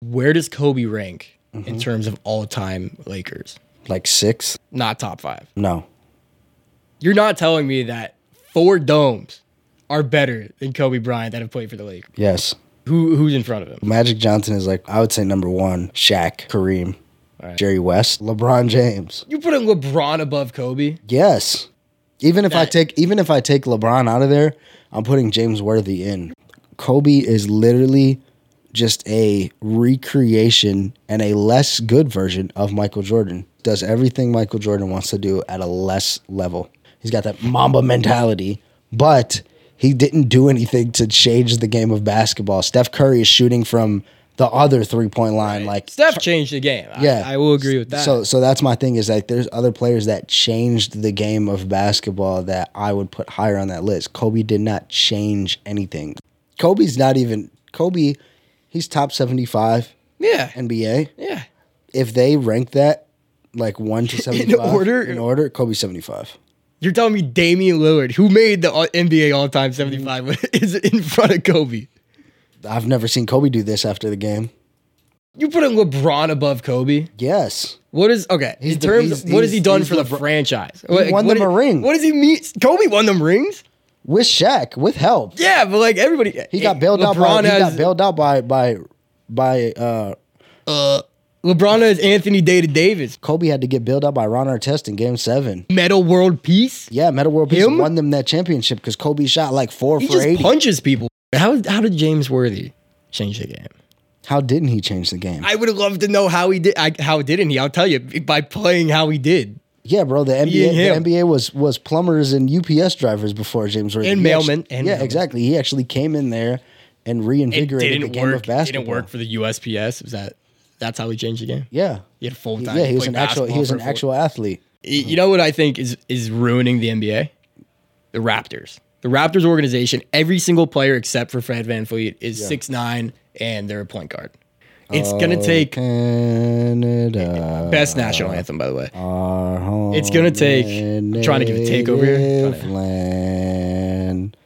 where does Kobe rank Mm-hmm. in terms of all time Lakers? Like six? Not top five. No. You're not telling me that four domes are better than Kobe Bryant that have played for the Lakers. Yes. Who who's in front of him? Magic Johnson is like, I would say number one, Shaq, Kareem, Jerry West, LeBron James. You putting LeBron above Kobe? Yes. Even if I That- take even if I take LeBron out of there, I'm putting James Worthy in. Kobe is literally just a recreation and a less good version of Michael Jordan. Does everything Michael Jordan wants to do at a less level. He's got that Mamba mentality, but he didn't do anything to change the game of basketball. Steph Curry is shooting from the other three-point line like Steph changed the game. I- yeah, I, will agree with that. So, so that's my thing is like there's other players that changed the game of basketball that I would put higher on that list. Kobe did not change anything. Kobe's not even Kobe. He's top seventy five yeah, NBA. yeah. If they rank that like one to seventy five order? in order, Kobe seventy five. You're telling me Damian Lillard, who made the all- NBA all-time 75, is in front of Kobe? I've never seen Kobe do this after the game. You putting LeBron above Kobe? Yes, What is okay? He's in the- terms, he's- of, what has he he's- done he's for the LeBron- franchise? Like, won what them did- a ring. What does he mean? Kobe won them rings. with Shaq, with help, Yeah, but like everybody, eh, he got bailed out. By, he got bailed out by by by uh, LeBron has Anthony Data Davis, Kobe had to get bailed out by Ron Artest in Game Seven. metal world peace. Yeah, Meta World Peace Him? won them that championship because Kobe shot like four He for just eighty. punches people. How how did James Worthy change the game? How didn't he change the game? I would love to know how he did. I, how didn't he? I'll tell you by playing how he did. yeah, bro. The him. NBA, the NBA was was plumbers and UPS drivers before James Worthy And He actu- mailmen, and yeah, mailmen. exactly. He actually came in there and It reinvigorated the didn't game work. of basketball. Didn't work for the USPS. Is that that's how he changed the game? Yeah, He had full time. yeah. He was an actual he was an actual. actual athlete. Y- You know what I think is is ruining the NBA? The Raptors. The Raptors organization, every single player except for Fred Van Fleet is six nine and they're a point guard. It's gonna Oh, take Canada, best national anthem, by the way. our home. It's gonna take- I'm trying to give a takeover here. native Trying to- Land,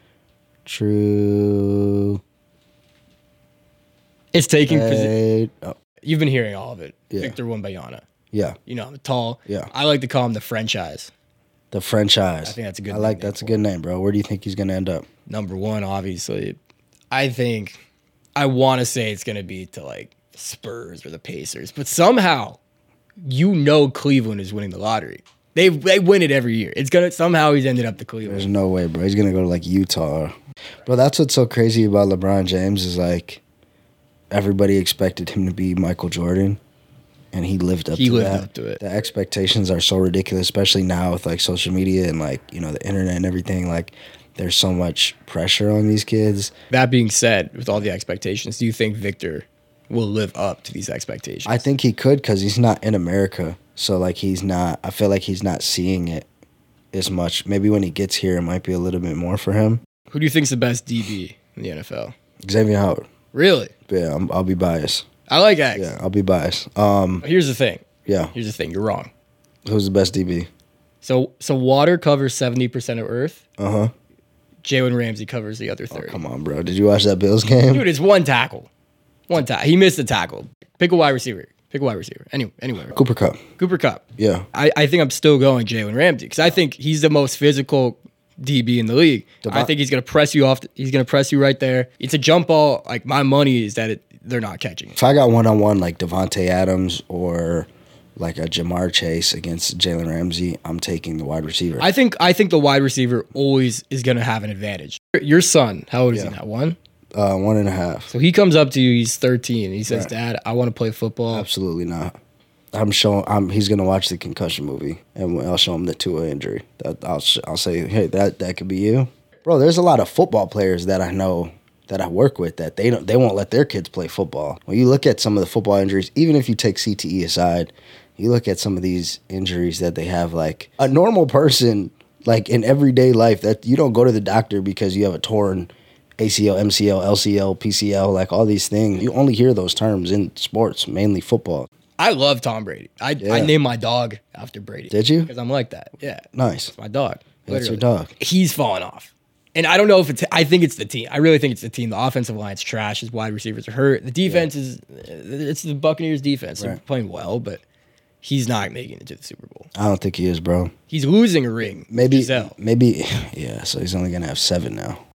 true. It's taking posi- Eight. Oh, you've been hearing all of it. Yeah. Victor Wimbayana. yeah. You know, I'm tall. Yeah. I like to call him the franchise. The franchise. I think that's a good I like nickname that's a good name, bro. Where do you think he's gonna end up? Number one, obviously. I think I wanna say it's gonna be to like Spurs or the Pacers, but somehow you know Cleveland is winning the lottery. They they win it every year. It's gonna somehow he's ended up the Cleveland. There's no way, bro. He's gonna go to like Utah. Bro, that's what's so crazy about LeBron James is like everybody expected him to be Michael Jordan, and he lived up. He to lived that. up to it. The expectations are so ridiculous, especially now with like social media and like you know the internet and everything. Like, there's so much pressure on these kids. That being said, with all the expectations, do you think Victor will live up to these expectations? I think he could because he's not in America. So like he's not. I feel like he's not seeing it as much. Maybe when he gets here, it might be a little bit more for him. Who do you think's the best DB in the NFL? Xavier Howard. Really? Yeah, I'm, I'll be biased. I like X. Yeah, I'll be biased. Um, Here's the thing. yeah. Here's the thing. You're wrong. Who's the best DB? So so water covers seventy percent of Earth. Uh huh. Jalen Ramsey covers the other thirty. Oh, Come on, bro. Did you watch that Bills game? Dude, it's one tackle. One tackle. He missed a tackle. Pick a wide receiver. Pick a wide receiver. Anyway, anywhere. Cooper Cup. Cooper Cup. Yeah. I, I think I'm still going Jalen Ramsey because I think he's the most physical DB in the league. I think he's gonna press you off. He's gonna press you right there. It's a jump ball. Like my money is that it, they're not catching it. If I got one on one like Devonte Adams or like a Jamar Chase against Jalen Ramsey, I'm taking the wide receiver. I think I think the wide receiver always is gonna have an advantage. Your son, how old is he now? One. Uh, one and a half. So he comes up to you. He's 13. He says, "Dad, I want to play football." Absolutely not. I'm showing. I'm. He's gonna watch the concussion movie, and I'll show him the Tua injury. That I'll. Sh- I'll say, hey, that that could be you, bro. There's a lot of football players that I know that I work with that they don't. They won't let their kids play football. When you look at some of the football injuries, even if you take CTE aside, you look at some of these injuries that they have. Like a normal person, like in everyday life, that you don't go to the doctor because you have a torn ACL, MCL, LCL, PCL, like all these things. You only hear those terms in sports, mainly football. I love Tom Brady. I I Yeah. named my dog after Brady. Did you? Because I'm like that. Yeah, Nice. my dog. That's your Literally. dog. He's falling off. And I don't know if it's. I think it's the team. I really think it's the team. The offensive line's trash. His wide receivers are hurt. The defense is. It's the Buccaneers' defense. They're Right. playing well, but he's not making it to the Super Bowl. I don't think he is, bro. He's losing a ring. Maybe, Giselle. maybe, yeah. So he's only gonna have seven now.